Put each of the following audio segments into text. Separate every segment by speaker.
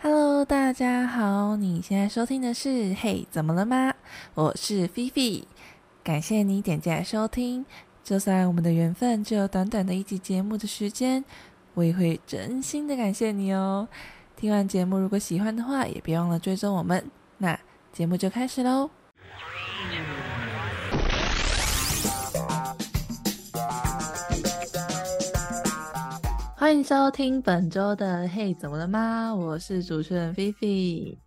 Speaker 1: Hello，大家好，你现在收听的是《嘿，怎么了吗》？我是菲菲，感谢你点进来收听。就算我们的缘分只有短短的一集节目的时间，我也会真心的感谢你哦。听完节目，如果喜欢的话，也别忘了追踪我们。那节目就开始喽。欢迎收听本周的《嘿，怎么了吗》？我是主持人菲菲。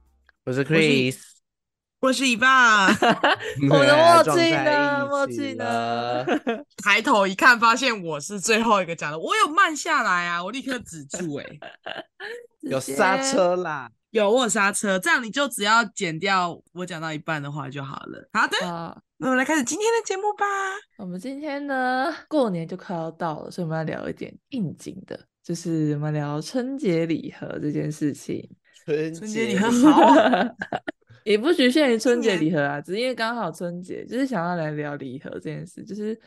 Speaker 2: 我是 Chris，
Speaker 3: 我是一爸，
Speaker 1: 我的默契呢
Speaker 2: 呢
Speaker 1: 默契呢
Speaker 3: 抬头一看，发现我是最后一个讲的，我有慢下来啊，我立刻止住、欸，哎，
Speaker 2: 有刹车啦。
Speaker 3: 有我有刹车，这样你就只要剪掉我讲到一半的话就好了。好的，
Speaker 1: 啊！
Speaker 3: 那我们来开始今天的节目吧。
Speaker 1: 我们今天呢，过年就快要到了，所以我们要聊一点应景的，就是我们聊春节礼盒这件事情，
Speaker 2: 春
Speaker 1: 嗯
Speaker 3: 春节
Speaker 2: 节
Speaker 3: 礼盒好啊，
Speaker 1: 也不局限于春节
Speaker 3: 年
Speaker 1: 礼盒啊，只是因为刚好春节，就是想要来聊礼盒这件事，就是。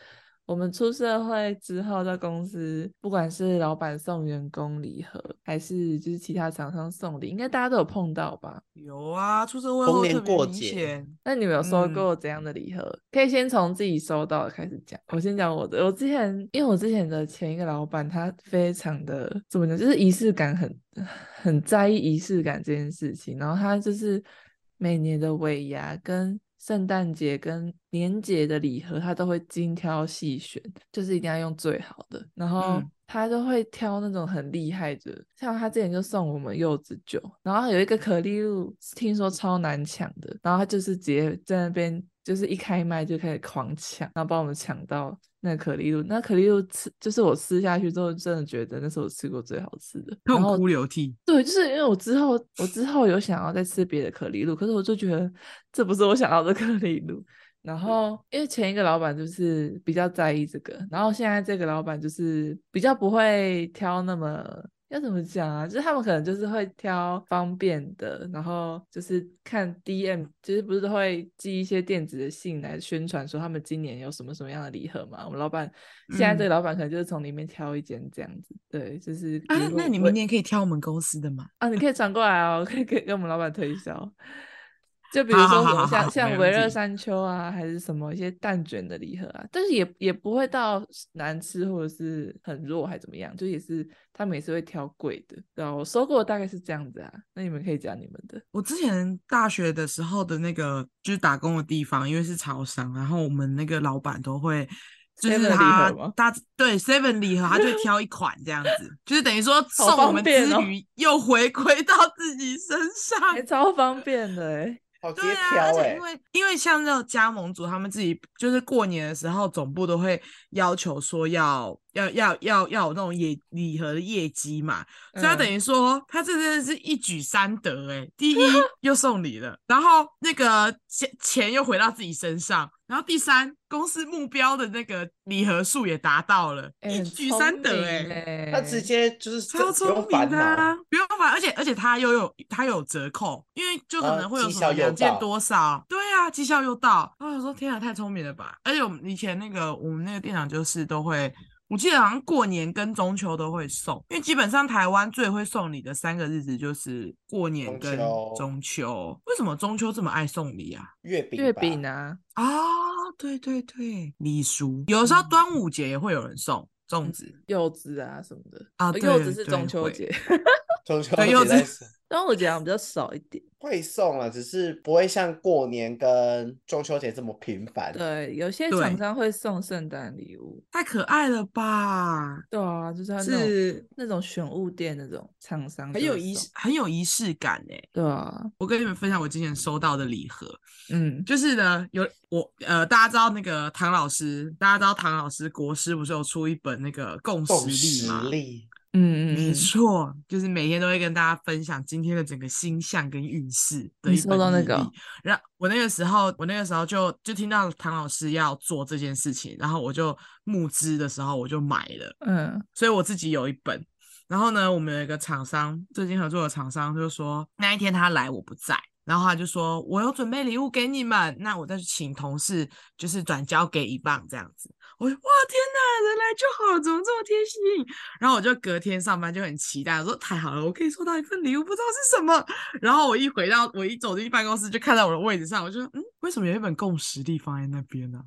Speaker 1: 我们出社会之后，在公司，不管是老板送员工礼盒，还是就是其他厂商送礼，应该大家都有碰到吧？
Speaker 3: 有啊，出社会
Speaker 2: 逢
Speaker 3: 后
Speaker 2: 年
Speaker 3: 特别
Speaker 2: 过
Speaker 3: 明
Speaker 2: 节
Speaker 3: 显。
Speaker 1: 那你们有收
Speaker 3: 嗯
Speaker 1: 过怎样的礼盒？可以先从自己收到的开始讲。我先讲我的，我之前因为我之前的前一个老板，他非常的怎么讲，就是仪式感很很在意仪式感这件事情。然后他就是每年的尾牙跟圣诞节跟年节的礼盒，他都会精挑细选，就是一定要用最好的。然后
Speaker 3: 嗯
Speaker 1: 他都会挑那种很厉害的，像他之前就送我们柚子酒，然后有一个可丽露，听说超难抢的，然后他就是直接在那边就是一开麦就开始狂抢，然后帮我们抢到那个可丽露。那可丽露吃就是我吃下去之后，真的觉得那是我吃过最好吃的。然
Speaker 3: 痛
Speaker 1: 后
Speaker 3: 哭流涕，
Speaker 1: 对，就是因为我之后我之后有想要再吃别的可丽露，可是我就觉得这不是我想要的可丽露。
Speaker 3: 嗯
Speaker 1: 然后因为前一个老板就是比较在意这个，然后现在这个老板就是比较不会挑那么要怎么讲啊，就是他们可能就是会挑方便的，然后就是看 DM，就是不是都会寄一些电子的信来宣传说他们今年有什么什么样的礼盒嘛？我们老板现在这个
Speaker 3: 嗯
Speaker 1: 老板可能就是从里面挑一间这样子，对，就是
Speaker 3: 啊
Speaker 1: 比如，
Speaker 3: 那
Speaker 1: 说
Speaker 3: 你
Speaker 1: 我
Speaker 3: 明年可以挑我们公司的吗？
Speaker 1: 啊，你可以转过来哦，可以可以跟我们老板推销。就比如
Speaker 3: 好
Speaker 1: 说
Speaker 3: 好
Speaker 1: 什
Speaker 3: 好
Speaker 1: 么
Speaker 3: 好
Speaker 1: 像
Speaker 3: 好
Speaker 1: 像
Speaker 3: 没
Speaker 1: 维
Speaker 3: 问
Speaker 1: 热
Speaker 3: 题
Speaker 1: 山丘啊，还是什么一些蛋卷的礼盒啊，但是也也不会到难吃或者是很弱还怎么样，就也是他们也是会挑贵的。然后我收过的大概是这样子啊，那你们可以讲你们的。
Speaker 3: 我之前大学的时候的那个就是打工的地方，因为是超商，然后我们那个老板都会，就
Speaker 1: 7-Eleven 礼
Speaker 3: 是
Speaker 1: 盒
Speaker 3: 他
Speaker 1: 吗
Speaker 3: 他对 seven 礼盒，他就会挑一款这样子，就是等于说送
Speaker 1: 方
Speaker 3: 我们之
Speaker 1: 便哦
Speaker 3: 余又回归到自己身上
Speaker 1: 哎、。超方便的哎、
Speaker 2: 好直
Speaker 3: 对
Speaker 2: 接
Speaker 3: 啊，而
Speaker 2: 挑
Speaker 3: 且
Speaker 1: 欸
Speaker 2: 哎
Speaker 3: 因，为因为像那种加盟组，他们自己就是过年的时候，总部都会要求说要要要要要有那种业礼盒的业绩嘛，所以他等
Speaker 1: 嗯
Speaker 3: 于说他这真的是一举三得哎、 第一又送礼了，然后那个钱钱又回到自己身上，然后第三公司目标的那个礼盒数也达到了，
Speaker 1: 哎
Speaker 3: 一
Speaker 1: 很
Speaker 3: 举
Speaker 1: 聪
Speaker 3: 三得
Speaker 1: 明
Speaker 3: 哎、
Speaker 1: 欸
Speaker 2: 他直接就是这
Speaker 3: 超
Speaker 2: 不用
Speaker 3: 聪明
Speaker 2: 烦
Speaker 3: 的、
Speaker 2: 恼
Speaker 3: 啊，，不用烦，而且而且它又有它有折扣，因为就可
Speaker 2: 啊
Speaker 3: 能会有
Speaker 2: 绩
Speaker 3: 什
Speaker 2: 效
Speaker 3: 么
Speaker 2: 又
Speaker 3: 两件
Speaker 2: 到
Speaker 3: 多少，对啊，绩效又到。然后我说天啊，太聪明了吧！而且我们以前那个我们那个店长就是都会，我记得好像过年跟中秋都会送，因为基本上台湾最会送礼的三个日子就是过年
Speaker 2: 中
Speaker 3: 跟
Speaker 2: 秋
Speaker 3: 中秋。为什么中秋这么爱送礼啊？
Speaker 2: 月饼
Speaker 1: 月
Speaker 2: 吧
Speaker 1: 饼啊，
Speaker 3: 啊、对对对，礼俗有时候
Speaker 1: 嗯
Speaker 3: 端午节也会有人送粽子。
Speaker 2: 嗯
Speaker 1: 柚子啊什么的
Speaker 3: 啊
Speaker 1: 呃柚子
Speaker 3: 对
Speaker 1: 是
Speaker 3: 对
Speaker 1: 中秋
Speaker 3: 会
Speaker 1: 节，
Speaker 2: 中秋
Speaker 3: 对
Speaker 2: 节
Speaker 3: 柚子
Speaker 2: 在送
Speaker 1: 端午节好像比较少一点。
Speaker 2: 会送了，只是不会像过年跟中秋节这么频繁。
Speaker 1: 对，有些厂
Speaker 3: 对
Speaker 1: 商会送圣诞礼物。
Speaker 3: 太可爱了吧！
Speaker 1: 对啊，就是他那种
Speaker 3: 是
Speaker 1: 那种选物店那种厂商
Speaker 3: 很
Speaker 1: 就
Speaker 3: 有
Speaker 1: 会
Speaker 3: 仪
Speaker 1: 送
Speaker 3: 式，很有仪式感哎、
Speaker 1: 对啊，
Speaker 3: 我跟你们分享我之前收到的礼盒，
Speaker 1: 嗯，
Speaker 3: 就是呢，有我呃，大家知道那个唐老师，大家知道唐老师国师不是有出一本那个共
Speaker 2: 共
Speaker 3: 识力
Speaker 2: 实
Speaker 3: 吗？
Speaker 2: 力，
Speaker 1: 嗯嗯
Speaker 3: 没
Speaker 1: 嗯，
Speaker 3: 错，就是每天都会跟大家分享今天的整个星象跟运势的
Speaker 1: 你
Speaker 3: 一
Speaker 1: 收
Speaker 3: 本
Speaker 1: 到那
Speaker 3: 日
Speaker 1: 个
Speaker 3: 历
Speaker 1: 哦
Speaker 3: 然后我那个时候，我那个时候就就听到唐老师要做这件事情，然后我就募资的时候我就买了。
Speaker 1: 嗯
Speaker 3: 所以我自己有一本。然后呢，我们有一个厂商，最近合作的厂商就说那一天他来我不在，然后他就说我有准备礼物给你们，那我再去请同事就是转交给一棒这样子。我就哇天哪，人来就好，怎么这么贴心？然后我就隔天上班就很期待，我说太好了，我可以收到一份礼物，不知道是什么。然后我一回到我一走进办公室，就看到我的位置上，我就说嗯，为什么有一本共识力放在那边呢、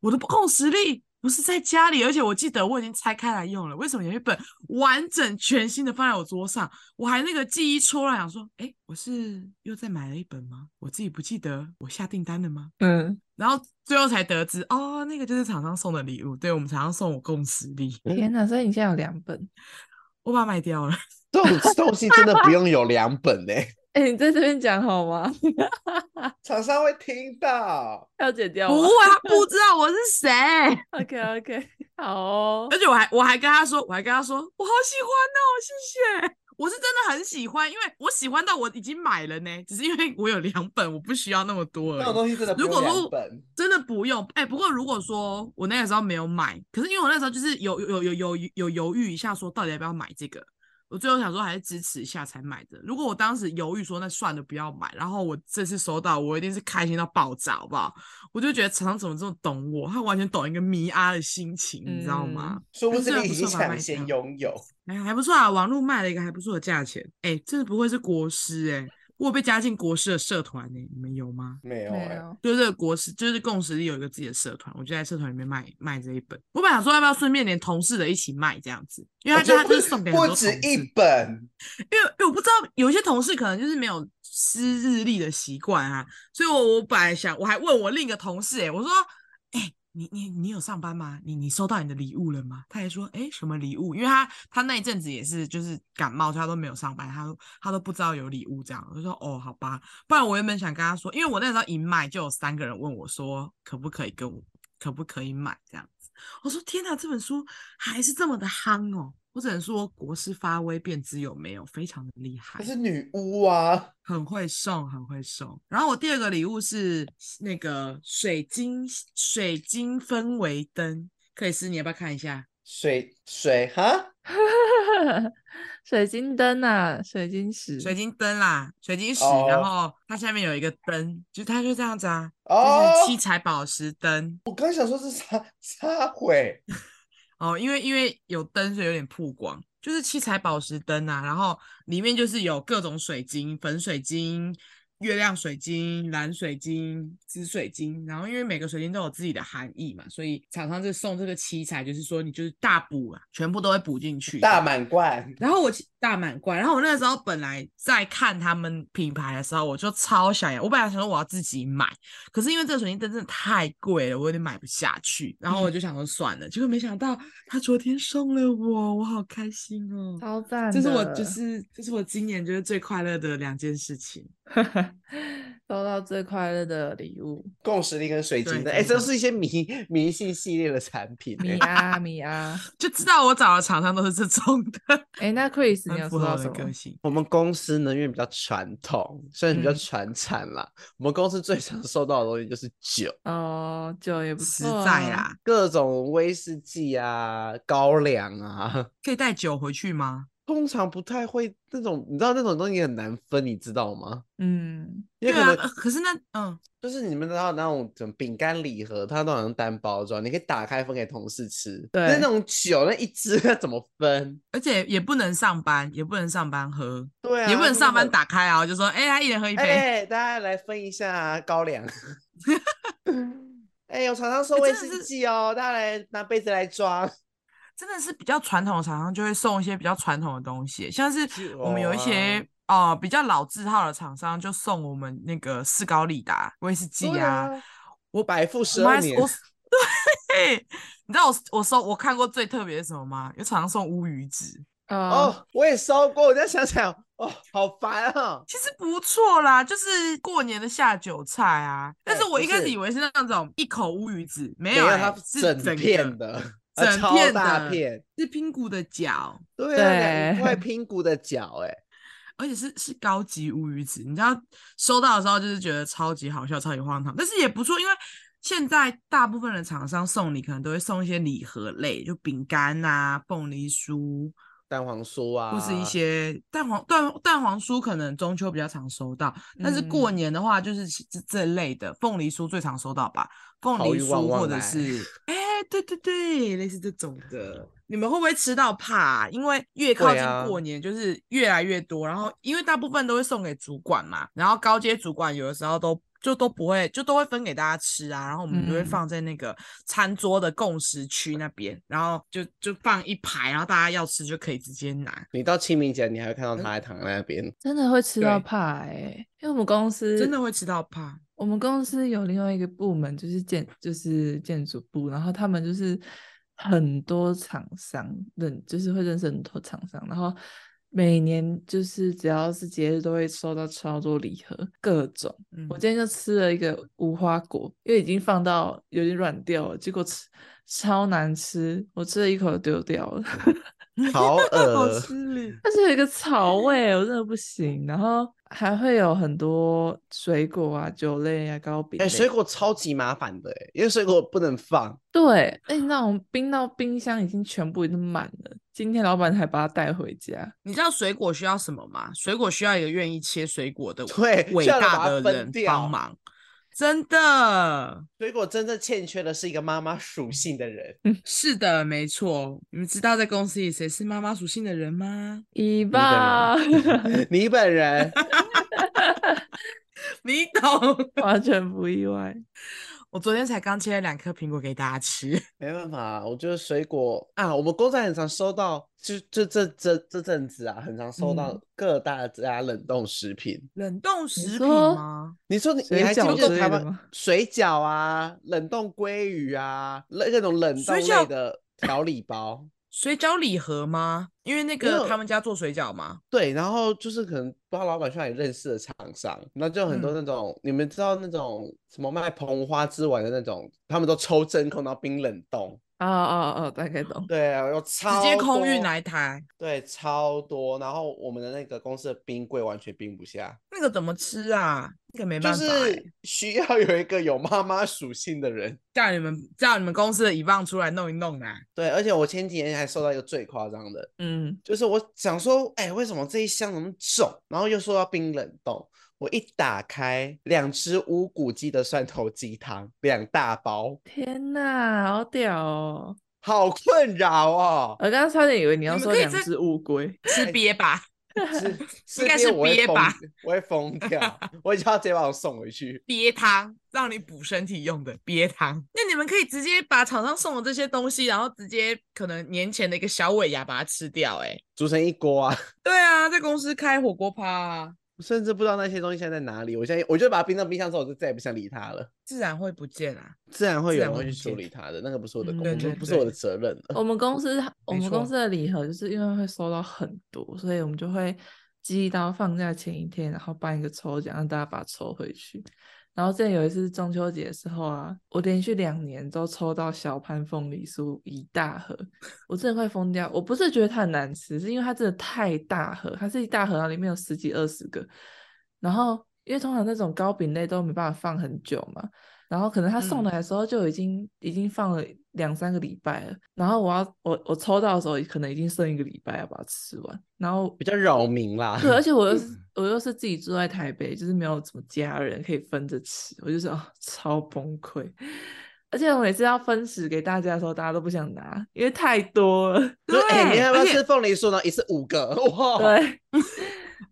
Speaker 3: 我的共识力不是在家里，而且我记得我已经拆开来用了。为什么有一本完整全新的放在我桌上？我还那个记忆戳乱，想说，哎，我是又再买了一本吗？我自己不记得我下订单了吗？
Speaker 1: 嗯，
Speaker 3: 然后最后才得知，哦，那个就是厂商送的礼物，对我们厂商送我共识力，
Speaker 1: 天哪！所以你现在有两本，
Speaker 3: 我把它卖掉了。
Speaker 2: 这种东西真的不用有两本呢、
Speaker 1: 哎、你在这边讲好吗？
Speaker 2: 厂商会听到。
Speaker 1: 要剪掉
Speaker 3: 不
Speaker 1: 吗
Speaker 3: 会，他不知道我是谁，
Speaker 1: ？OK OK，好 哦
Speaker 3: 而。且我还我还跟他说，我还跟他说，我好喜欢哦，谢谢。我是真的很喜欢，因为我喜欢到我已经买了呢，只是因为我有两本，我不需要那么多
Speaker 2: 这种
Speaker 3: 而已。
Speaker 2: 东西真的不用
Speaker 3: 如果说
Speaker 2: 两本，
Speaker 3: 真的不用，哎、不过如果说我那个时候没有买，可是因为我那时候就是有有有有有有犹豫一下，说到底要不要买这个，我最后想说还是支持一下才买的。如果我当时犹豫说那算了不要买，然后我这次收到，我一定是开心到爆炸，好不好？我就觉得厂商怎么这么懂我，他完全懂一个迷阿的心情，你知道吗？
Speaker 2: 殊不
Speaker 3: 但
Speaker 2: 知
Speaker 3: 这
Speaker 2: 你
Speaker 3: 不
Speaker 2: 已经
Speaker 3: 错吧卖
Speaker 2: 抢先
Speaker 3: 掉
Speaker 2: 拥有。
Speaker 3: 哎，还不错啊，网络卖了一个还不错的价钱。哎、真的不会是国师哎、我有被加进国师的社团呢、你们有欸吗？
Speaker 2: 没有
Speaker 1: 哦没
Speaker 2: 哎、
Speaker 1: 有，
Speaker 3: 就是这个国师，就是共识力有一个自己的社团，我就在社团里面卖卖这一本。我本来想说要不要顺便连同事的一起卖这样子，因
Speaker 2: 我
Speaker 3: 为他就
Speaker 2: 觉
Speaker 3: 他
Speaker 2: 得
Speaker 3: 就是
Speaker 2: 啊不
Speaker 3: 送给很
Speaker 2: 不
Speaker 3: 多同
Speaker 2: 止
Speaker 3: 事，
Speaker 2: 一
Speaker 3: 因为
Speaker 2: 本，
Speaker 3: 因为我不知道有些同事可能就是没有吃日历的习惯啊，所以我我本来想我还问我另一个同事、欸，我说，哎、你你你有上班吗？你你收到你的礼物了吗？他还说，哎、什么礼物？因为他他那一阵子也是就是感冒，所以他都没有上班，他都他都不知道有礼物这样。我就说，哦，好吧，不然我原本想跟他说，因为我那时候一卖就有三个人问我说，可不可以跟我可不可以买这样子？我说天哪，这本书还是这么的夯哦！我只能说国师发威便知有没有，非常的厉害
Speaker 2: 可，是女巫啊，
Speaker 3: 很会送，很会送。然后我第二个礼物是那个水晶水晶氛围灯，克里斯，你要不要看一下？
Speaker 2: 水水哈，
Speaker 1: 水晶灯啊，水晶石，
Speaker 3: 水晶灯啦，水晶石，
Speaker 2: 哦
Speaker 3: 然后它下面有一个灯，就它就这样子啊，就是
Speaker 2: 哦，
Speaker 3: 七彩宝石灯。
Speaker 2: 我刚想说是撒撒毁，
Speaker 3: 哦，因为因为有灯，所以有点曝光，就是七彩宝石灯啊，然后里面就是有各种水晶，粉水晶、月亮水晶、蓝水晶、紫水晶，然后因为每个水晶都有自己的含义嘛，所以厂商就送这个七彩，就是说你就是大补啊，全部都会补进去，
Speaker 2: 大满贯，
Speaker 3: 然后我其大满贯，然后我那个时候本来在看他们品牌的时候，我就超想要，我本来想说我要自己买，可是因为这个水晶灯真的太贵了，我有点买不下去。然后我就想说算了，结果没想到他昨天送了我，我好开心哦！
Speaker 1: 超赞的，
Speaker 3: 这是我就是这是我今年就是最快乐的两件事情。
Speaker 1: 收到最快乐的礼 物，
Speaker 2: 共识力跟水晶
Speaker 3: 对
Speaker 2: 的，哎，
Speaker 3: 真
Speaker 2: 这
Speaker 3: 的
Speaker 2: 是一些迷迷信系列的产品
Speaker 1: 米
Speaker 2: 欸。
Speaker 1: 啊米啊，
Speaker 3: 就知道我找的厂商都是这种的，
Speaker 1: 哎、那 Chris 你
Speaker 3: 很
Speaker 1: 有
Speaker 3: 符
Speaker 1: 收
Speaker 3: 合
Speaker 1: 到
Speaker 3: 我
Speaker 1: 什
Speaker 3: 的
Speaker 1: 么
Speaker 3: 个？性。
Speaker 2: 我们公司呢，因为比较传统，虽然比较
Speaker 1: 嗯
Speaker 2: 传产啦，我们公司最常收到的东西就是酒，
Speaker 1: 哦，酒也不
Speaker 3: 实
Speaker 1: 错
Speaker 3: 在
Speaker 1: 啊，
Speaker 3: 啦，
Speaker 2: 各种威士忌啊、高粱啊，
Speaker 3: 可以带酒回去吗？
Speaker 2: 通常不太会那种，你知道那种东西很难分，你知道吗？
Speaker 1: 嗯，
Speaker 2: 因为
Speaker 3: 对
Speaker 2: 可
Speaker 3: 啊，
Speaker 2: 能
Speaker 3: 呃可是那嗯，
Speaker 2: 就是你们知道那种什么饼干礼盒，它都好像单包装，你可以打开分给同事吃。但是
Speaker 1: 对
Speaker 2: 那种酒那一支 要怎么分？
Speaker 3: 而且也不能上班，也不能上班喝，
Speaker 2: 对啊，
Speaker 3: 也不能
Speaker 2: 就是
Speaker 3: 上班
Speaker 2: 很。
Speaker 3: 打开啊，就说哎、他一人喝一杯。
Speaker 2: 哎、大家来分一下啊高 粱。哎、有常常收
Speaker 3: 哎
Speaker 2: 威
Speaker 3: 真的
Speaker 2: 士
Speaker 3: 是
Speaker 2: 忌哦，大家来拿杯子来装。
Speaker 3: 真的是比较传统的厂商就会送一些比较传统的东西，像是
Speaker 2: 酒
Speaker 3: 我们有一些呃、比较老字号的厂商就送我们那个士高利达威士忌
Speaker 2: 对
Speaker 3: 啊，
Speaker 2: 啊，我百富
Speaker 3: 我
Speaker 2: 十
Speaker 3: 们
Speaker 2: 二
Speaker 3: 还
Speaker 2: 年
Speaker 3: 我 对，你知道我我收我看过最特别的是什么吗？有厂商送乌鱼子，
Speaker 1: 哦，
Speaker 2: 哦，我也收过，我再想想，哦，好烦啊！
Speaker 3: 其实不错啦，就是过年的下酒菜啊。但
Speaker 2: 哎
Speaker 3: 是
Speaker 2: 不
Speaker 3: 我一开始
Speaker 2: 是
Speaker 3: 以为是那种一口乌鱼子，没
Speaker 2: 没
Speaker 3: 有、欸，
Speaker 2: 它
Speaker 3: 是
Speaker 2: 整
Speaker 3: 整
Speaker 2: 片
Speaker 3: 个，
Speaker 2: 的， 啊
Speaker 3: 整
Speaker 2: 超
Speaker 3: 片
Speaker 2: 大
Speaker 3: 的
Speaker 2: 片，
Speaker 3: 是拼骨的脚，
Speaker 2: 对啊，两
Speaker 1: 对
Speaker 2: 块拼骨的脚、哎，
Speaker 3: 而且是是高级乌鱼子，你知道收到的时候就是觉得超级好笑、超级荒唐，但是也不错，因为现在大部分的厂商送礼可能都会送一些礼盒类，就饼干啊、凤梨酥、
Speaker 2: 蛋黄酥啊，
Speaker 3: 或是一些蛋黄蛋蛋黄酥，可能中秋比较常收到，但是过
Speaker 1: 嗯
Speaker 3: 年的话就是其这这类的凤梨酥最常收到吧，凤
Speaker 2: 好
Speaker 3: 梨
Speaker 2: 运旺
Speaker 3: 酥
Speaker 2: 旺
Speaker 3: 或者
Speaker 2: 来
Speaker 3: 是 哎、对对对，类似这种的。你们会不会吃到怕、因为越靠
Speaker 2: 会
Speaker 3: 近
Speaker 2: 啊
Speaker 3: 过年就是越来越多，然后因为大部分都会送给主管嘛，然后高阶主管有的时候都就都不会，就都会分给大家吃啊，然后我们就会
Speaker 1: 嗯
Speaker 3: 放在那个餐桌的共识区那边，然后就就放一排，然后大家要吃就可以直接拿。
Speaker 2: 你到清明节，你还会看到他还躺在那边。
Speaker 1: 真的会吃到
Speaker 3: 对
Speaker 1: 怕哎、因为我们公司
Speaker 3: 真的会吃到怕。
Speaker 1: 我们公司有另外一个部门，就是建就是建筑部，然后他们就是很多厂商认，就是会认识很多厂商，然后每年就是只要是节日都会收到超多礼盒，各种。
Speaker 3: 嗯，
Speaker 1: 我今天就吃了一个无花果，因为已经放到有点软掉了，结果吃超难吃，我吃了一口就丢掉了。
Speaker 2: 好
Speaker 3: 好
Speaker 2: 恶，
Speaker 3: 失礼。
Speaker 1: 它是有一个草味，我真的不行。然后还会有很多水果啊、酒类啊、糕饼类。
Speaker 2: 哎、水果超级麻烦的、欸，因为水果不能放，
Speaker 1: 对，哎、那我们冰到冰箱已经全部已经满了，今天老板还把它带回家。
Speaker 3: 你知道水果需要什么吗？水果需要一个愿意切水果的
Speaker 2: 对
Speaker 3: 伟
Speaker 2: 需要人
Speaker 3: 大
Speaker 2: 把它
Speaker 3: 的
Speaker 2: 分
Speaker 3: 人
Speaker 2: 掉
Speaker 3: 帮忙，真的
Speaker 2: 水果真正欠缺的是一个妈妈属性的 人。
Speaker 3: 是的，没错。你们知道在公司里谁是妈妈属性的人吗？
Speaker 1: 尾巴，
Speaker 2: 你本 人
Speaker 3: 你懂。
Speaker 1: 完全不意外。
Speaker 3: 我昨天才刚切了两颗苹果给大家吃，
Speaker 2: 没办法，啊我觉得水果啊，我们工作很常收到，就就这这这阵子啊，很常收到
Speaker 1: 嗯
Speaker 2: 各大家冷冻食品。
Speaker 3: 冷冻食品
Speaker 1: 说
Speaker 3: 吗？
Speaker 2: 你说你
Speaker 1: 水
Speaker 2: 你还记不
Speaker 1: 饺
Speaker 2: 记得
Speaker 1: 之类
Speaker 2: 台
Speaker 1: 的
Speaker 2: 湾
Speaker 1: 吗
Speaker 2: 水饺啊、冷冻鲑鱼啊、冷各种冷冻
Speaker 3: 水
Speaker 2: 类
Speaker 3: 饺
Speaker 2: 的调理包？
Speaker 3: 水饺礼盒吗？因为那
Speaker 2: 没有
Speaker 3: 个他们家做水饺嘛，
Speaker 2: 对，然后就是可能不知道老板去哪里认识的厂商，然后就很多
Speaker 3: 嗯
Speaker 2: 那种、你们知道那种什么卖膨花之丸的那种，他们都抽真空然后冰冷冻，
Speaker 1: 哦哦哦，大概懂。
Speaker 2: 对啊，有
Speaker 3: 直
Speaker 2: 超
Speaker 3: 接空运
Speaker 2: 多
Speaker 3: 来台，
Speaker 2: 对，超多。然后我们的那个公司的冰柜完全冰不下，
Speaker 3: 那个怎么吃啊？那个没
Speaker 2: 就
Speaker 3: 办法、欸。
Speaker 2: 是需要有一个有妈妈属性的人。
Speaker 3: 叫你们叫你们公司的乙棒出来弄一弄啊啦、
Speaker 2: 对，而且我前几天还收到一个最夸张的，
Speaker 1: 嗯，
Speaker 2: 就是我想说，哎、为什么这一箱那么重？然后又说要冰冷冻，我一打开，两只无骨鸡的蒜头鸡汤，两大包，
Speaker 1: 天哪，好屌哦！
Speaker 2: 好困 扰哦。
Speaker 1: 我刚刚差点以为你要
Speaker 3: 们
Speaker 1: 说
Speaker 3: 可以
Speaker 1: 两
Speaker 3: 在
Speaker 1: 只乌龟。
Speaker 2: 哎
Speaker 3: 吃鳖吧。
Speaker 2: 是
Speaker 3: 应该
Speaker 2: 是
Speaker 3: 是
Speaker 2: 我会
Speaker 3: 憋
Speaker 2: 疯
Speaker 3: 吧，
Speaker 2: 我会疯掉，我就要直接把我送回去。
Speaker 3: 鳖汤，让你补身体用的鳖汤。那你们可以直接把厂商送的这些东西，然后直接可能年前的一个小尾牙把它吃掉、欸。哎，
Speaker 2: 煮成一锅啊，
Speaker 3: 对啊，在公司开火锅趴、啊，
Speaker 2: 我甚至不知道那些东西现在在哪里。我现在我就把它冰到冰箱之后，我就再也不想理它了。
Speaker 3: 自然会不见啊。
Speaker 2: 自然会
Speaker 3: 自
Speaker 2: 有
Speaker 3: 然
Speaker 2: 人
Speaker 3: 会
Speaker 2: 会去处
Speaker 3: 不见
Speaker 2: 理它的，那个不是我的
Speaker 1: 嗯
Speaker 2: 工
Speaker 1: 对
Speaker 2: 作，
Speaker 1: 对
Speaker 2: 不是我的
Speaker 3: 对
Speaker 2: 责任了。
Speaker 1: 我们公司我
Speaker 3: 没
Speaker 1: 们公
Speaker 3: 错
Speaker 1: 司的礼盒就是因为会收到很多，所以我们就会积到放假前一天，然后办一个抽奖，让大家把它抽回去。然后之前有一次中秋节的时候啊，我连续两年都抽到小潘凤梨酥一大盒，我真的快疯掉。我不是觉得它很难吃，是因为它真的太大盒，它是一大盒，然后里面有十几二十个。然后因为通常那种糕饼类都没办法放很久嘛，然后可能他送
Speaker 3: 嗯
Speaker 1: 来的时候就已经、已经放了两三个礼拜了，然后我要我我抽到的时候可能已经剩一个礼拜要把它吃完，然后
Speaker 2: 比较扰 民啦，
Speaker 1: 对，而且我又是我又是自己住在台北，就是没有什么家人可以分着吃，我就是哦 超崩溃，而且我每次要分食给大家的时候，大家都不想拿，因为太多了，
Speaker 2: 就是哎、你要不要
Speaker 3: 而且
Speaker 2: 吃凤梨酥呢？一次五个， 哇，
Speaker 1: 对，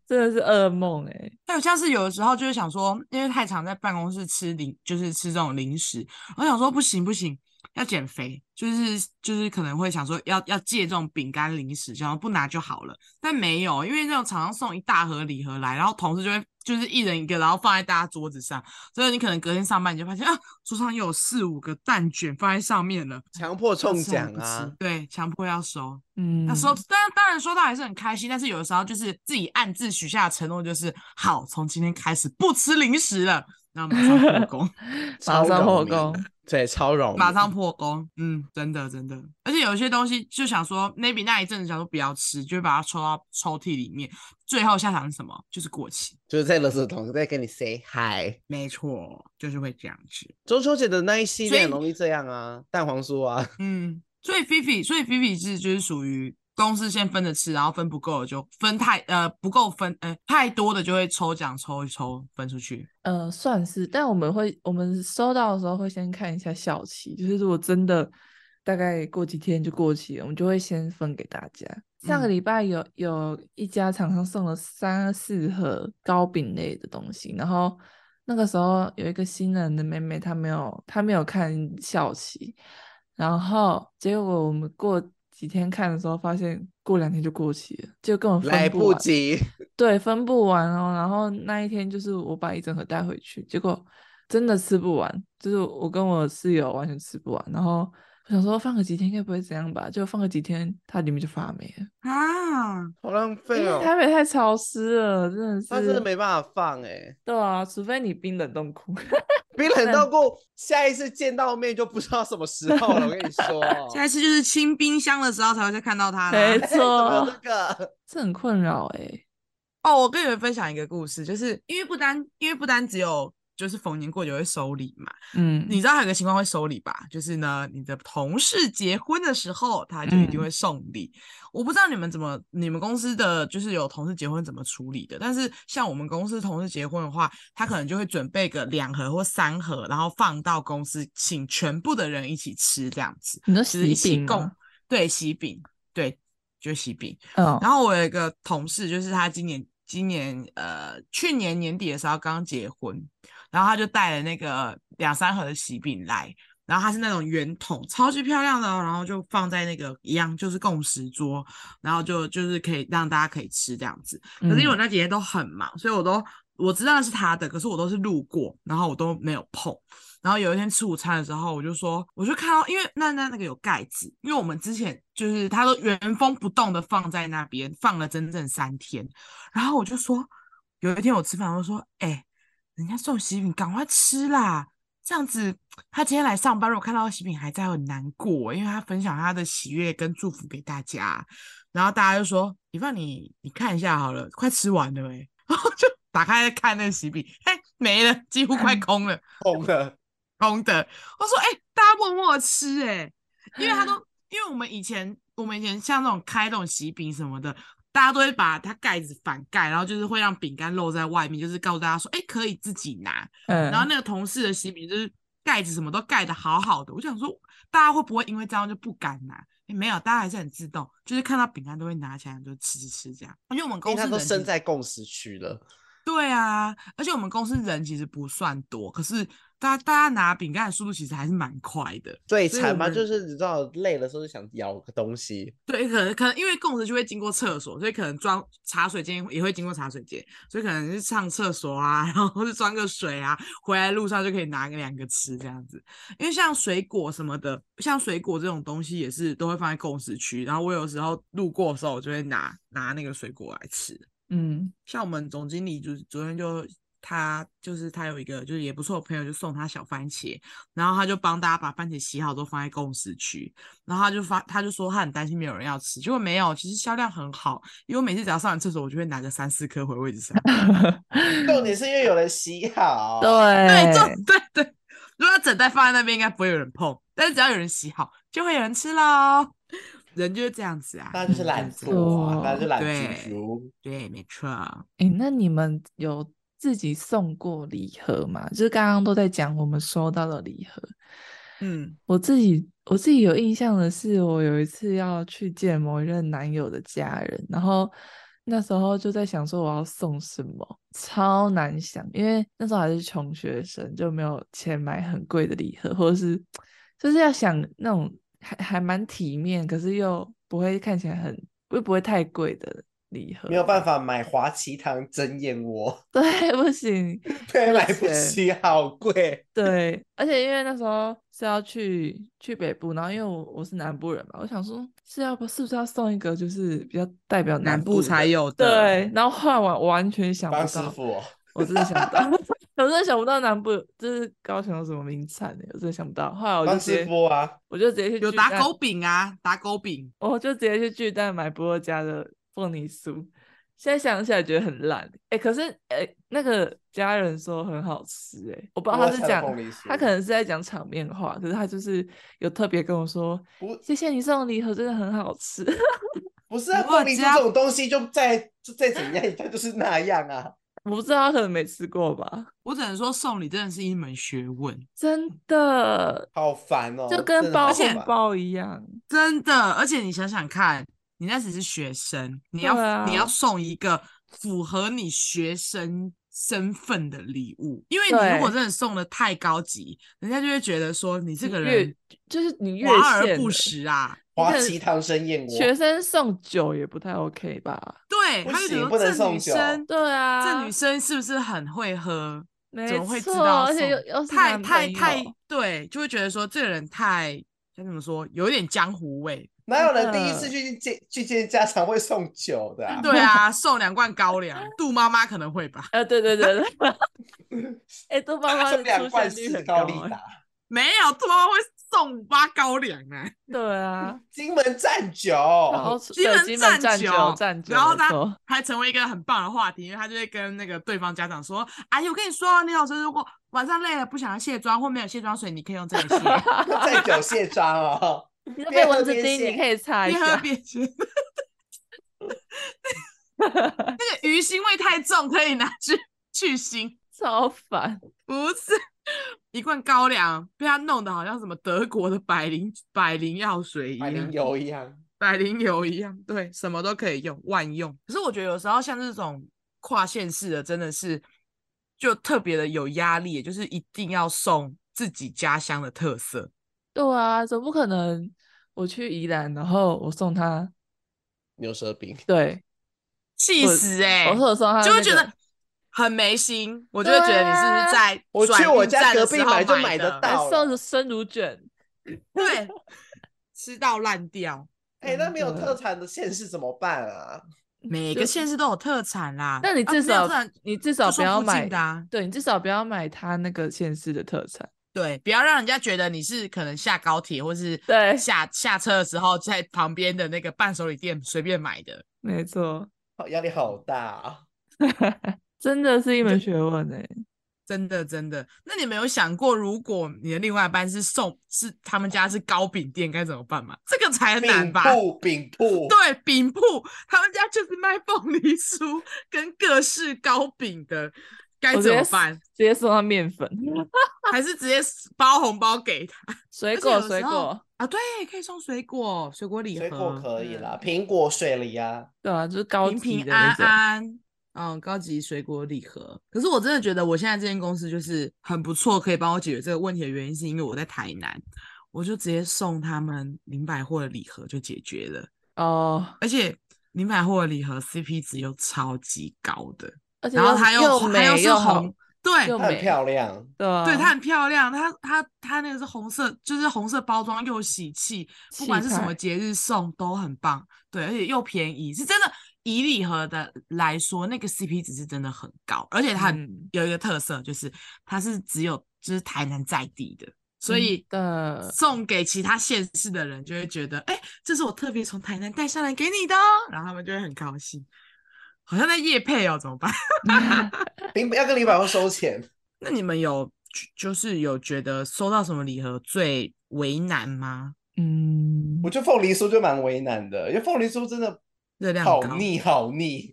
Speaker 1: 真的是噩梦哎、
Speaker 3: 还有像是有的时候就是想说，因为太常在办公室吃零，就是吃这种零食，我想说不行不行，要减肥，就是就是可能会想说要要戒这种饼干零食，想要不拿就好了，但没有，因为那种厂商送一大盒礼盒来，然后同事就会就是一人一个，然后放在大家桌子上，所以你可能隔天上班你就发现啊，桌上又有四五个蛋卷放在上面了，
Speaker 2: 强迫
Speaker 3: 要
Speaker 2: 中
Speaker 3: 吃
Speaker 2: 奖
Speaker 3: 还是不吃
Speaker 2: 啊！
Speaker 3: 对，强迫要收，
Speaker 1: 嗯，
Speaker 3: 那说，当然当然说到还是很开心，但是有的时候就是自己暗自许下的承诺，就是好，从今天开始不吃零食了，然后马上破 功，
Speaker 1: 马
Speaker 2: 超
Speaker 1: 上
Speaker 2: 扰
Speaker 1: 破
Speaker 2: 民
Speaker 1: 功，
Speaker 2: 对，超扰民，
Speaker 3: 马上破功，嗯，真的真的，而且有些东西就想说，maybe 那一阵子想说不要吃，就会把它抽到抽屉里面，最后下场是什么？就是过期，
Speaker 2: 就是在垃圾桶再跟你 say hi。
Speaker 3: 没错，就是会这样子，
Speaker 2: 中秋节的那一系
Speaker 3: 所
Speaker 2: 列很
Speaker 3: 以
Speaker 2: 容易这样啊，蛋黄酥啊，
Speaker 3: 嗯，所以菲菲，所以菲菲是就是属于公司先分着吃，然后分不够的就分太呃不够分，呃太多的就会抽奖抽一抽分出去。
Speaker 1: 呃，算是，但我们会，我们收到的时候会先看一下效期，就是如果真的大概过几天就过期了，我们就会先分给大家。上个
Speaker 3: 嗯
Speaker 1: 礼拜有有一家厂商送了三四盒糕饼类的东西，然后那个时候有一个新人的妹妹，她没有她没有看效期，然后结果我们过几天看的时候，发现过两天就过期了，就根本分
Speaker 2: 来不
Speaker 1: 完
Speaker 2: 及，
Speaker 1: 对，分不完哦。然后那一天就是我把一整盒带回去，结果真的吃不完，就是我跟我室友完全吃不完。然后我想说放个几天应该不会怎样吧，就放个几天，它里面就发霉了，
Speaker 3: 啊，
Speaker 2: 好浪
Speaker 1: 因
Speaker 2: 费
Speaker 1: 为
Speaker 2: 哦。
Speaker 1: 台北太潮湿了，真的是。
Speaker 2: 他真的没办法放哎、
Speaker 1: 对啊，除非你冰冷冻库。
Speaker 2: 冰冷冻库，下一次见到面就不知道什么时候了。我跟你说，
Speaker 3: 下一次就是清冰箱的时候才会再看到它
Speaker 1: 没
Speaker 3: 啦。
Speaker 2: 哎怎么
Speaker 1: 错
Speaker 2: 这，个
Speaker 1: 这很困扰哎、
Speaker 3: 哦，我跟你们分享一个故事，就是因为不单因为不单只有就是逢年过节会收礼嘛，
Speaker 1: 嗯，
Speaker 3: 你知道还有个情况会收礼吧？就是呢，你的同事结婚的时候，他就一
Speaker 1: 嗯
Speaker 3: 定会送礼。我不知道你们怎么，你们公司的就是有同事结婚怎么处理的。但是像我们公司同事结婚的话，他可能就会准备个两盒或三盒，然后放到公司，请全部的人一起吃，这样子
Speaker 1: 你说
Speaker 3: 就是
Speaker 1: 喜
Speaker 3: 一起
Speaker 1: 饼
Speaker 3: 共
Speaker 1: 吗？
Speaker 3: 对喜饼，对，就喜饼。
Speaker 1: 嗯，
Speaker 3: 然后我有一个同事，就是他今年今年呃去年年底的时候刚结婚，然后他就带了那个两三盒的喜饼来，然后它是那种圆筒，超级漂亮的哦、然后就放在那个一样就是共识桌，然后就就是可以让大家可以吃这样子。可是因为我
Speaker 1: 嗯
Speaker 3: 那几天都很忙，所以我都我知道那是他的，可是我都是路过，然后我都没有碰。然后有一天吃午餐的时候，我就说，我就看到，因为那那那个有盖子，因为我们之前就是它都原封不动的放在那边，放了整整三天。然后我就说，有一天我吃饭，我就说，哎、人家送喜饼，赶快吃啦！这样子，他今天来上班，如果看到喜饼还在，很难过，因为他分享他的喜悦跟祝福给大家。然后大家就说：“你放你你看一下好了，快吃完了哎、 然后就打开看那个喜饼，哎、没了，几乎快空了。
Speaker 2: 红了，
Speaker 3: 空的。我说，哎、大家默默吃、欸，因为他都，因为我们以前，我们以前像那种开那种喜饼什么的，大家都会把它盖子反盖，然后就是会让饼干露在外面，就是告诉大家说，哎、可以自己拿。
Speaker 1: 嗯，
Speaker 3: 然后那个同事的喜饼就是盖子什么都盖的好好的，我想说，大家会不会因为这样就不敢拿？诶没有，大家还是很自动，就是看到饼干都会拿起来就吃吃吃这样。因为我们
Speaker 2: 因
Speaker 3: 公
Speaker 2: 为
Speaker 3: 司
Speaker 2: 他都
Speaker 3: 人
Speaker 2: 生
Speaker 3: 其实
Speaker 2: 在共识区了。
Speaker 3: 对啊，而且我们公司人其实不算多，可是大家大家拿饼干的速度其实还是蛮快的。
Speaker 2: 最
Speaker 3: 所以
Speaker 2: 惨
Speaker 3: 我
Speaker 2: 吧，就
Speaker 3: 们
Speaker 2: 是你知道累的时候就想咬个东西，
Speaker 3: 对，可能可能因为共识就会经过厕所，所以可能装茶水间也会经过茶水间，所以可能是上厕所啊， 然后是装个水啊，回来路上就可以拿个两个吃这样子。因为像水果什么的，像水果这种东西也是都会放在共识区，然后我有时候路过的时候，我就会拿拿那个水果来吃。
Speaker 1: 嗯
Speaker 3: 像我们总经理就是昨天就他就是他有一个就是也不错的朋友，就送他小番茄，然后他就帮大家把番茄洗好之后放在共识区，然后他就发他就说他很担心没有人要吃，结果没有，其实销量很好，因为我每次只要上完厕所，我就会拿个三四颗回位置上。
Speaker 1: 嗯
Speaker 2: 重点是因为有人洗好。
Speaker 3: 对，
Speaker 1: 对，
Speaker 3: 就对对，如果他整袋放在那边，应该不会有人碰，但是只要有人洗好，就会有人吃喽。 人就是这样子啊，
Speaker 2: 大家就是
Speaker 3: 人
Speaker 2: 懒
Speaker 3: 这样
Speaker 1: 惰
Speaker 2: 猪啊，大家就懒
Speaker 3: 对
Speaker 2: 猪猪。
Speaker 3: 对，没错。
Speaker 1: 哎，那你们有自己送过礼盒吗？就是刚刚都在讲我们收到的礼盒。
Speaker 3: 嗯，
Speaker 1: 我自己我自己有印象的是，我有一次要去见某一任男友的家人，然后那时候就在想说我要送什么，超难想，因为那时候还是穷学生，就没有钱买很贵的礼盒，或者是就是要想那种还还蛮体面，可是又不会看起来很又不会太贵的礼盒，
Speaker 2: 没有办法买华旗堂蒸燕窝，
Speaker 1: 对，不行。
Speaker 2: 对，买不
Speaker 1: 而且
Speaker 2: 起，好贵。
Speaker 1: 对，而且因为那时候是要去去北部，然后因为我我是南部人嘛，我想说是要不是不是要送一个就是比较代表
Speaker 3: 南
Speaker 1: 部
Speaker 3: 部才
Speaker 1: 的
Speaker 3: 有的。
Speaker 1: 对，然后后来我完全想
Speaker 2: 方
Speaker 1: 不
Speaker 2: 师
Speaker 1: 到，
Speaker 2: 傅哦，
Speaker 1: 我真的想不到， 我真的想不到南部就是高雄有什么名产呢、我真的想不到。后来我哦就
Speaker 2: 方
Speaker 1: 直接
Speaker 2: 师傅啊，
Speaker 1: 我就直接去
Speaker 3: 有
Speaker 1: 巨
Speaker 3: 打
Speaker 1: 蛋
Speaker 3: 狗饼啊，打狗饼。
Speaker 1: 我就直接去巨蛋买不二家的凤梨酥。现在想起来觉得很烂，哎、可是哎、诶那个家人说很好吃、诶哎，我不知道
Speaker 2: 不二
Speaker 1: 他是
Speaker 2: 家的
Speaker 1: 讲
Speaker 2: 凤梨酥
Speaker 1: 他可能是在讲场面话，可是他就是有特别跟我说，
Speaker 2: 不
Speaker 1: 谢谢你送的礼盒，真的很好吃。
Speaker 2: 不是啊，
Speaker 3: 如果
Speaker 2: 凤梨酥
Speaker 3: 加
Speaker 2: 这种东西就再就再怎样，它就是那样啊。
Speaker 1: 我不知道，他可能没吃过吧？
Speaker 3: 我只能说送礼真的是一门学问，
Speaker 1: 真的，
Speaker 2: 好烦哦，
Speaker 1: 就跟
Speaker 2: 真的好
Speaker 1: 包
Speaker 3: 而且
Speaker 1: 红
Speaker 2: 烦
Speaker 1: 包一样。
Speaker 3: 真的。而且你想想看，你那只是学生，你要、
Speaker 1: 对啊
Speaker 3: 你要送一个符合你学生身份的礼物，因为你如果
Speaker 1: 对
Speaker 3: 真的送的太高级，人家就会觉得说你这
Speaker 1: 你
Speaker 3: 个
Speaker 1: 越
Speaker 3: 人
Speaker 1: 就是你越
Speaker 3: 华而
Speaker 1: 线
Speaker 3: 不
Speaker 1: 了
Speaker 3: 实啊。
Speaker 2: 花
Speaker 1: 那
Speaker 2: 旗汤生燕窝，
Speaker 1: 学生送酒也不太 OK 吧？
Speaker 3: 对，
Speaker 2: 不
Speaker 3: 他就觉
Speaker 2: 行
Speaker 3: 得
Speaker 2: 不能
Speaker 3: 这
Speaker 2: 送
Speaker 3: 女
Speaker 2: 酒
Speaker 3: 生，
Speaker 1: 对啊，
Speaker 3: 这女生是不是很会喝？
Speaker 1: 没
Speaker 3: 怎么会知
Speaker 1: 错
Speaker 3: 道
Speaker 1: 而且
Speaker 3: 送
Speaker 1: 又又是
Speaker 3: 太
Speaker 1: 男
Speaker 3: 太
Speaker 1: 朋
Speaker 3: 太
Speaker 1: 友
Speaker 3: 对，就会觉得说这个人太该怎么说，有一点江湖味。
Speaker 2: 哪有
Speaker 1: 真
Speaker 2: 人第一次
Speaker 1: 的
Speaker 2: 去见去见家长会送酒的、啊？
Speaker 3: 对啊，送两罐高粱，杜妈妈可能会吧？
Speaker 1: 呃，对对对对， 哎、 杜妈 妈
Speaker 2: 送
Speaker 1: 的
Speaker 2: 两
Speaker 1: 出
Speaker 2: 罐
Speaker 1: 现率
Speaker 2: 士
Speaker 1: 很
Speaker 2: 高
Speaker 1: 高、
Speaker 2: 利
Speaker 1: 欸，
Speaker 2: 达，
Speaker 3: 没有，杜妈妈会送五八高粱啊。
Speaker 1: 对 啊，
Speaker 2: 金门战 酒，
Speaker 1: 然后
Speaker 3: 哦金门
Speaker 1: 金
Speaker 3: 战
Speaker 1: 门战
Speaker 3: 酒
Speaker 1: 战酒，
Speaker 3: 然后
Speaker 1: 没
Speaker 3: 他
Speaker 1: 错
Speaker 3: 还成为一个很棒的话题，因为他就会跟那个对方家长说：“阿姨，我跟你说，李老师如果晚上累了不想要卸妆或没有卸妆水，你可以用这个卸。”
Speaker 2: 战酒卸妆哦。
Speaker 1: 你都
Speaker 2: 边
Speaker 1: 被
Speaker 2: 喝
Speaker 1: 蚊子
Speaker 2: 边
Speaker 1: 叮，
Speaker 2: 卸
Speaker 1: 你可以擦一
Speaker 3: 边喝
Speaker 1: 下，
Speaker 3: 边吃。 那个鱼腥味太重，可以拿去去腥。
Speaker 1: 超烦。
Speaker 3: 不是，一罐高粱被他弄得好像什么德国的百灵百灵药水一
Speaker 2: 百灵
Speaker 3: 样，
Speaker 2: 油一样，
Speaker 3: 百灵油一样，对，什么都可以用，万用。可是我觉得有时候像这种跨县市的，真的是就特别的有压力，就是一定要送自己家乡的特色。
Speaker 1: 对啊，总不可能我去宜兰，然后我送他，
Speaker 2: 牛舌饼，
Speaker 1: 对，
Speaker 3: 气
Speaker 1: 我
Speaker 3: 死哎、
Speaker 1: 我说我送他、那
Speaker 3: 就会
Speaker 1: 个，
Speaker 3: 觉得很没心，我就会觉得你是不
Speaker 1: 对啊
Speaker 3: 是在
Speaker 2: 我去
Speaker 3: 转
Speaker 2: 我
Speaker 3: 运
Speaker 2: 家
Speaker 3: 站的
Speaker 2: 隔
Speaker 3: 时
Speaker 2: 壁
Speaker 3: 候
Speaker 2: 买就买
Speaker 3: 买
Speaker 2: 得
Speaker 3: 的
Speaker 2: 到
Speaker 1: 还
Speaker 2: 了
Speaker 1: 送着生乳卷，
Speaker 3: 对，吃到 烂掉。
Speaker 2: 哎、那没有
Speaker 1: 真的
Speaker 2: 特产的县市怎么办啊？
Speaker 3: 每个
Speaker 1: 就
Speaker 3: 县市都有特产啦，
Speaker 1: 那你
Speaker 3: 啊
Speaker 1: 至
Speaker 3: 没有
Speaker 1: 少
Speaker 3: 特产
Speaker 1: 你至
Speaker 3: 就
Speaker 1: 少不
Speaker 3: 送
Speaker 1: 要
Speaker 3: 附近
Speaker 1: 买
Speaker 3: 的啊，
Speaker 1: 对你至少不要买他那个县市的特产，
Speaker 3: 对，不要让人家觉得你是可能下高铁或是
Speaker 1: 对
Speaker 3: 下下车的时候在旁边的那个伴手礼店随便买的。
Speaker 1: 没错，
Speaker 2: 好压力好大、啊。
Speaker 1: 真的是一门学问哎、
Speaker 3: 真的真的，那你没有想过，如果你的另外一半是送是他们家是糕饼店该怎么办吗？这个才难
Speaker 2: 饼
Speaker 3: 吧？
Speaker 2: 铺，饼铺，
Speaker 3: 对，饼铺他们家就是卖凤梨酥跟各式糕饼的，该
Speaker 1: 我
Speaker 3: 怎
Speaker 1: 觉
Speaker 3: 么
Speaker 1: 得是
Speaker 3: 办？
Speaker 1: 直接送他面粉、
Speaker 3: 还是直接包红包给他
Speaker 1: 水
Speaker 3: 而且
Speaker 1: 果、
Speaker 3: 有时
Speaker 1: 水
Speaker 3: 候
Speaker 1: 果，
Speaker 3: 啊？对，可以送水果，水果礼盒，
Speaker 2: 水果可以啦，苹果水梨啊，
Speaker 1: 对啊，就是高
Speaker 3: 平
Speaker 1: 级
Speaker 3: 平
Speaker 1: 的
Speaker 3: 安
Speaker 1: 那种。
Speaker 3: 安。嗯，高级水果礼盒。可是我真的觉得我现在这间公司就是很不错，可以帮我解决这个问题的原因，是因为我在台南，我就直接送他们零百货的礼盒就解决了，
Speaker 1: 哦，
Speaker 3: 而且零百货的礼盒 CP 值又超级高的。
Speaker 1: 而且
Speaker 3: 然后它
Speaker 1: 又
Speaker 3: 又它
Speaker 1: 美
Speaker 3: 又是
Speaker 1: 好，
Speaker 3: 红，对
Speaker 1: 又
Speaker 2: 它很
Speaker 1: 美
Speaker 2: 漂亮，
Speaker 1: 对啊，
Speaker 3: 对，它很漂亮，它它它那个是红色，就是红色包装又喜气，不
Speaker 1: 气
Speaker 3: 管是什么
Speaker 1: 派
Speaker 3: 节日送都很棒，对，而且又便宜，是真的。以礼盒的来说，那个 CP 值是真的很高，而且它很
Speaker 1: 嗯
Speaker 3: 有一个特色，就是它是只有就是台南在地的，所以
Speaker 1: 真的
Speaker 3: 送给其他县市的人就会觉得，哎、这是我特别从台南带上来给你的哦，然后他们就会很高兴。好像在夜配哦，怎么办？
Speaker 1: 嗯
Speaker 2: 饼要跟李百货收钱，
Speaker 3: 那你们有就就是有觉得收到什么礼盒最为难吗？
Speaker 1: 嗯，
Speaker 2: 我觉得凤梨酥就蛮为难的，因为凤梨酥真的
Speaker 3: 热量
Speaker 2: 好
Speaker 3: 高
Speaker 2: 腻好腻，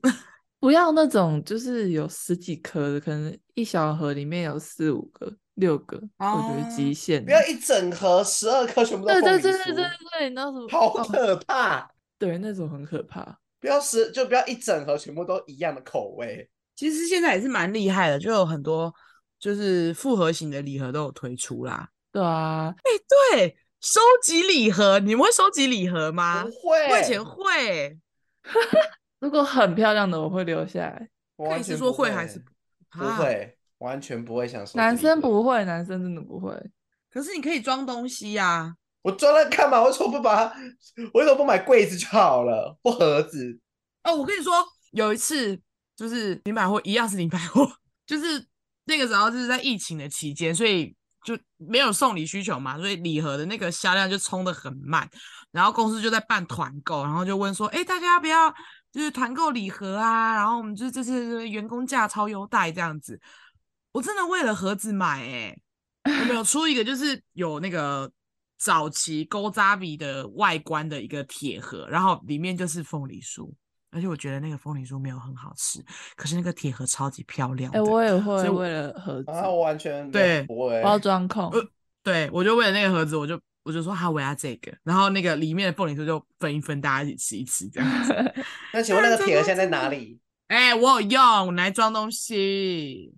Speaker 1: 不要那种就是有十几颗的，可能一小盒里面有四五个、六个，我觉得极
Speaker 3: 哦
Speaker 1: 限
Speaker 2: 不要
Speaker 1: 了。
Speaker 2: 一整盒十二颗全部都
Speaker 1: 对
Speaker 2: 凤梨
Speaker 1: 对
Speaker 2: 酥，
Speaker 1: 对对对对，那种
Speaker 2: 好
Speaker 1: 哦
Speaker 2: 可怕。
Speaker 1: 对那种很可怕。
Speaker 2: 不要十，就不要一整盒全部都一样的口味。
Speaker 3: 其实现在也是蛮厉害的，就有很多就是复合型的礼盒都有推出啦。
Speaker 1: 对啊，
Speaker 3: 对，收集礼盒，你们会收集礼盒吗
Speaker 2: 不？会，
Speaker 3: 我以前啊会，
Speaker 1: 如果很漂亮的我会留下来，
Speaker 2: 我
Speaker 3: 看
Speaker 2: 完
Speaker 3: 你
Speaker 2: 全
Speaker 3: 是说
Speaker 2: 不会
Speaker 3: 会还是啊不
Speaker 2: 不？会，完全不会想收。
Speaker 1: 男生，不会，男生真的不会。
Speaker 3: 可是你可以装东西呀、
Speaker 2: 我装那干嘛？为什么不把它？我为什么不买柜子就好了， 或盒子？
Speaker 3: 哦，我跟你说，有一次就是零百货一样是零 百货，就是那个时候就是在疫情的期间，所以就没有送礼需求嘛，所以礼盒的那个销量就冲得很慢。然后公司就在办团购，然后就问说，哎，大家要不要就是团购礼盒啊？然后我们就是这次员工价超优待这样子。我真的为了盒子买、欸，我们有出一个就是有那个早期勾扎比的外观的一个铁盒，然后里面就是凤梨酥，而且我觉得那个凤梨酥没有很好吃，可是那个铁盒超级漂亮
Speaker 1: 哎、
Speaker 3: 的。
Speaker 1: 我也会
Speaker 3: 以我
Speaker 1: 为了盒子、
Speaker 2: 啊，我完全
Speaker 3: 对
Speaker 2: 不会
Speaker 1: 包装控，
Speaker 3: 呃对，我就为了那个盒子，我就我就说好，我要这个，然后那个里面的凤梨酥就分一分，大家一起吃一吃这样子。
Speaker 2: 那请问那个铁盒现在在哪里？
Speaker 3: 哎、我有用，我拿来装东西。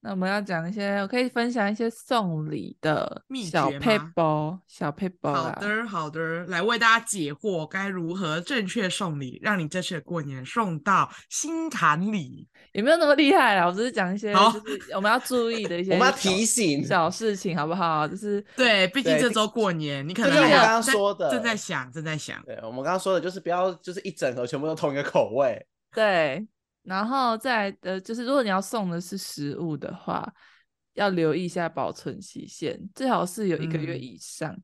Speaker 1: 那我们要讲一些，我可以分享一些送礼的
Speaker 3: 秘
Speaker 1: 小
Speaker 3: 诀
Speaker 1: 配
Speaker 3: 吗
Speaker 1: 包、小配包
Speaker 3: 好
Speaker 1: 啦。
Speaker 3: 的，好的，来为大家解惑，该如何正确送礼，让你这次的过年送到心坎里。
Speaker 1: 也没有那么厉害啦，我只是讲一些，
Speaker 3: 好
Speaker 1: 就是我们要注意的一些，
Speaker 2: 我们要提醒，
Speaker 1: 小事情，好不好？就是
Speaker 3: 对，毕竟
Speaker 2: 对
Speaker 3: 这
Speaker 2: 这
Speaker 3: 周过年，你可
Speaker 2: 这
Speaker 3: 能
Speaker 2: 就是
Speaker 3: 还
Speaker 2: 我
Speaker 3: 要
Speaker 2: 刚刚
Speaker 3: 在
Speaker 2: 说的
Speaker 3: 正在想，正在想。
Speaker 2: 对我们刚刚说的，就是不要就是一整盒全部都同一个口味，
Speaker 1: 对，然后再来呃，就是如果你要送的是食物的话，要留意一下保存期限，最好是有一个月
Speaker 3: 嗯
Speaker 1: 以上，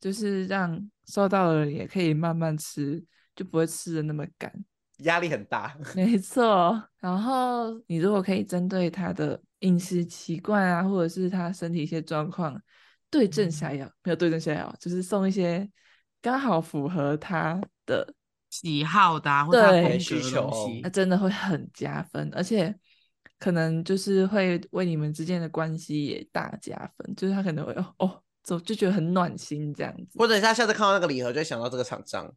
Speaker 1: 就是让收到的人也可以慢慢吃，就不会吃的那么 赶。
Speaker 2: 压力很大。
Speaker 1: 没错，然后你如果可以针对他的饮食习惯啊，或者是他身体一些状况，对症下
Speaker 3: 嗯
Speaker 1: 药，没有对症下药，就是送一些刚好符合他的，
Speaker 3: 喜好的、啊、或者他
Speaker 1: 对
Speaker 3: 风
Speaker 2: 需
Speaker 3: 格的
Speaker 2: 求
Speaker 3: 东西
Speaker 1: 那，真的会很加分，而且可能就是会为你们之间的关系也大加分，就是他可能会哦哦，就就觉得很暖心这样子。
Speaker 2: 或者他下次看到那个礼盒，就会想到这个厂商。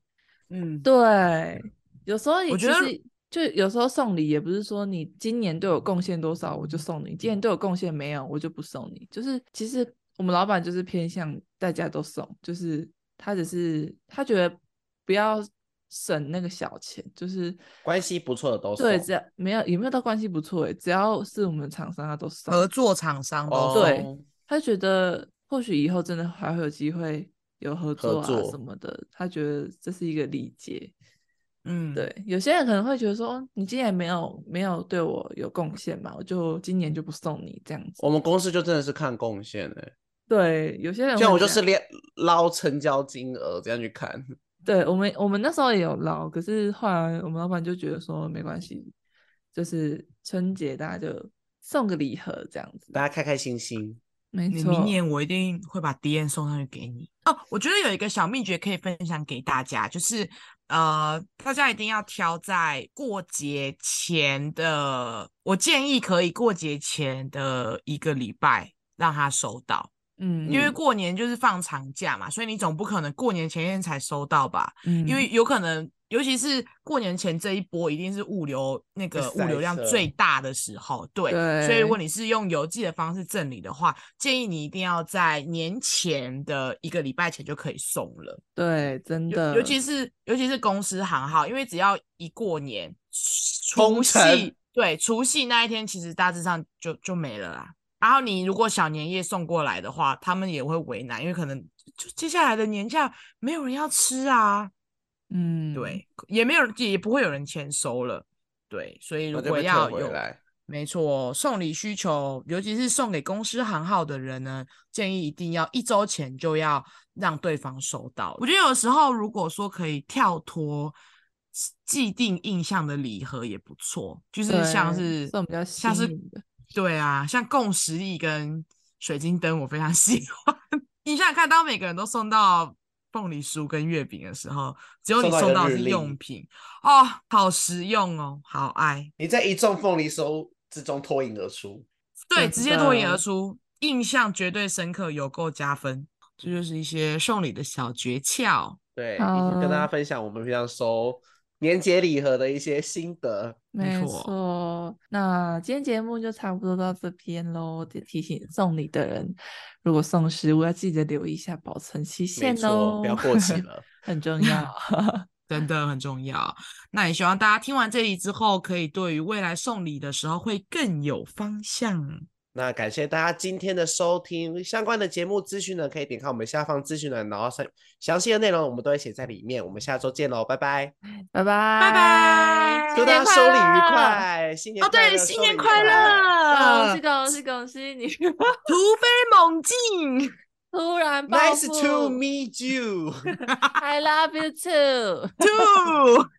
Speaker 3: 嗯，
Speaker 1: 对，有时候你
Speaker 3: 我
Speaker 1: 其
Speaker 3: 觉得
Speaker 1: 实就有时候送礼也不是说你今年对我贡献多少我就送你，今年对我贡献没有我就不送你。就是其实我们老板就是偏向大家都送，就是他只是他觉得不要省那个小钱，就是
Speaker 2: 关系不错的都送
Speaker 1: 对，
Speaker 3: 哦
Speaker 1: 只要没有也没有到关系不错诶，欸只要是我们厂商他都送，
Speaker 3: 合作厂商都
Speaker 2: 哦，
Speaker 3: 是
Speaker 1: 对他觉得或许以后真的还会有机会有合作啊
Speaker 2: 作
Speaker 1: 什么的，他觉得这是一个礼节。
Speaker 3: 嗯，
Speaker 1: 对，有些人可能会觉得说，哦你今年没有没有对我有贡献嘛，我就今年就不送你这样子。
Speaker 3: 哦
Speaker 2: 我们公司就真的是看贡献诶、
Speaker 1: 对，有些人
Speaker 2: 像
Speaker 1: 会
Speaker 2: 我
Speaker 1: 这
Speaker 2: 就
Speaker 1: 样
Speaker 2: 是连捞成交金额这样去看，
Speaker 1: 对我们我们那时候也有捞，可是后来我们老板就觉得说没关系，就是春节大家就送个礼盒这样子。
Speaker 2: 大家开开心心。
Speaker 1: 没
Speaker 3: 啊你
Speaker 1: 错，
Speaker 3: 明年我一定会把 D N 送上去给你哦。我觉得有一个小秘诀可以分享给大家，就是呃，大家一定要挑在过节前的，我建议可以过节前的一个礼拜让他收到，
Speaker 1: 嗯，
Speaker 3: 因为
Speaker 1: 嗯
Speaker 3: 过年就是放长假嘛，所以你总不可能过年前一天才收到吧？
Speaker 1: 嗯
Speaker 3: 因为有可能，尤其是过年前这一波，一定是物流那个物
Speaker 2: 塞
Speaker 3: 流量
Speaker 2: 车
Speaker 3: 最大的时候，对。所以如果你是用邮寄的方式赠礼的话，建议你一定要在年前的一个礼拜前就可以送了，
Speaker 1: 对，真
Speaker 3: 尤
Speaker 1: 的，
Speaker 3: 尤其是尤其是公司行号，因为只要一过年，除
Speaker 2: 封城
Speaker 3: 夕对除夕那一天，其实大致上就就没了啦。然后你如果小年夜送过来的话，他们也会为难，因为可能就接下来的年假没有人要吃啊。
Speaker 1: 嗯，
Speaker 3: 对，也没有人也不会有人签收了，对，所以如
Speaker 2: 哦我就
Speaker 3: 果
Speaker 2: 被退
Speaker 3: 要
Speaker 2: 回
Speaker 3: 有，
Speaker 2: 来
Speaker 3: 没错，送礼需求，尤其是送给公司行号的人呢，建议一定要一周前就要让对方收到。我觉得有时候如果说可以跳脱既定印象的礼盒也不错，就是像
Speaker 1: 对
Speaker 3: 是
Speaker 1: 送比较
Speaker 3: 像
Speaker 1: 新
Speaker 3: 是
Speaker 1: 颖的
Speaker 3: 对啊，像共识力跟水晶灯，我非常喜欢。你想想看，当每个人都送到凤梨酥跟月饼的时候，只有你
Speaker 2: 送到一
Speaker 3: 送
Speaker 2: 个
Speaker 3: 到的
Speaker 2: 日
Speaker 3: 是
Speaker 2: 历
Speaker 3: 用品哦，好实用哦，好爱，
Speaker 2: 你在一众凤梨酥之中脱颖而出。
Speaker 3: 对，
Speaker 1: 真
Speaker 3: 直接脱颖而
Speaker 1: 的
Speaker 3: 出，印象绝对深刻，有够加分。这就是一些送礼的小诀窍。
Speaker 2: 对，
Speaker 1: 好
Speaker 2: 跟大
Speaker 3: 哦
Speaker 2: 家分享我们平常收年节礼盒的一些心得。
Speaker 1: 没
Speaker 3: 没错
Speaker 1: 错，那今天节目就差不多到这边喽。得提醒送礼的人，如果送食物要记得留意一下保存期
Speaker 2: 没
Speaker 1: 限
Speaker 2: 错，
Speaker 1: 哦，
Speaker 2: 不要过 期了。
Speaker 1: 很重要。
Speaker 3: 真的很重要。那也希望大家听完这里之后，可以对于未来送礼的时候会更有方向。
Speaker 2: 那感谢大家今天的收听，相关的节目资讯呢，可以点开我们下方资讯栏，然后详详细的内容我们都会写在里面。我们下周见喽，拜拜！
Speaker 1: 拜拜，
Speaker 3: 拜
Speaker 1: 拜
Speaker 3: 拜，
Speaker 2: 祝大家收礼愉快，新年
Speaker 3: 哦，
Speaker 2: 快
Speaker 3: 对，
Speaker 2: 乐
Speaker 3: 新
Speaker 2: 收
Speaker 3: 年
Speaker 2: 礼愉
Speaker 3: 快
Speaker 1: 恭
Speaker 3: 乐
Speaker 1: 喜，恭喜恭喜你！
Speaker 3: 突飞猛进，
Speaker 1: 突然暴
Speaker 2: ！Nice
Speaker 1: 富
Speaker 2: to meet you。
Speaker 1: I love you too。
Speaker 3: two。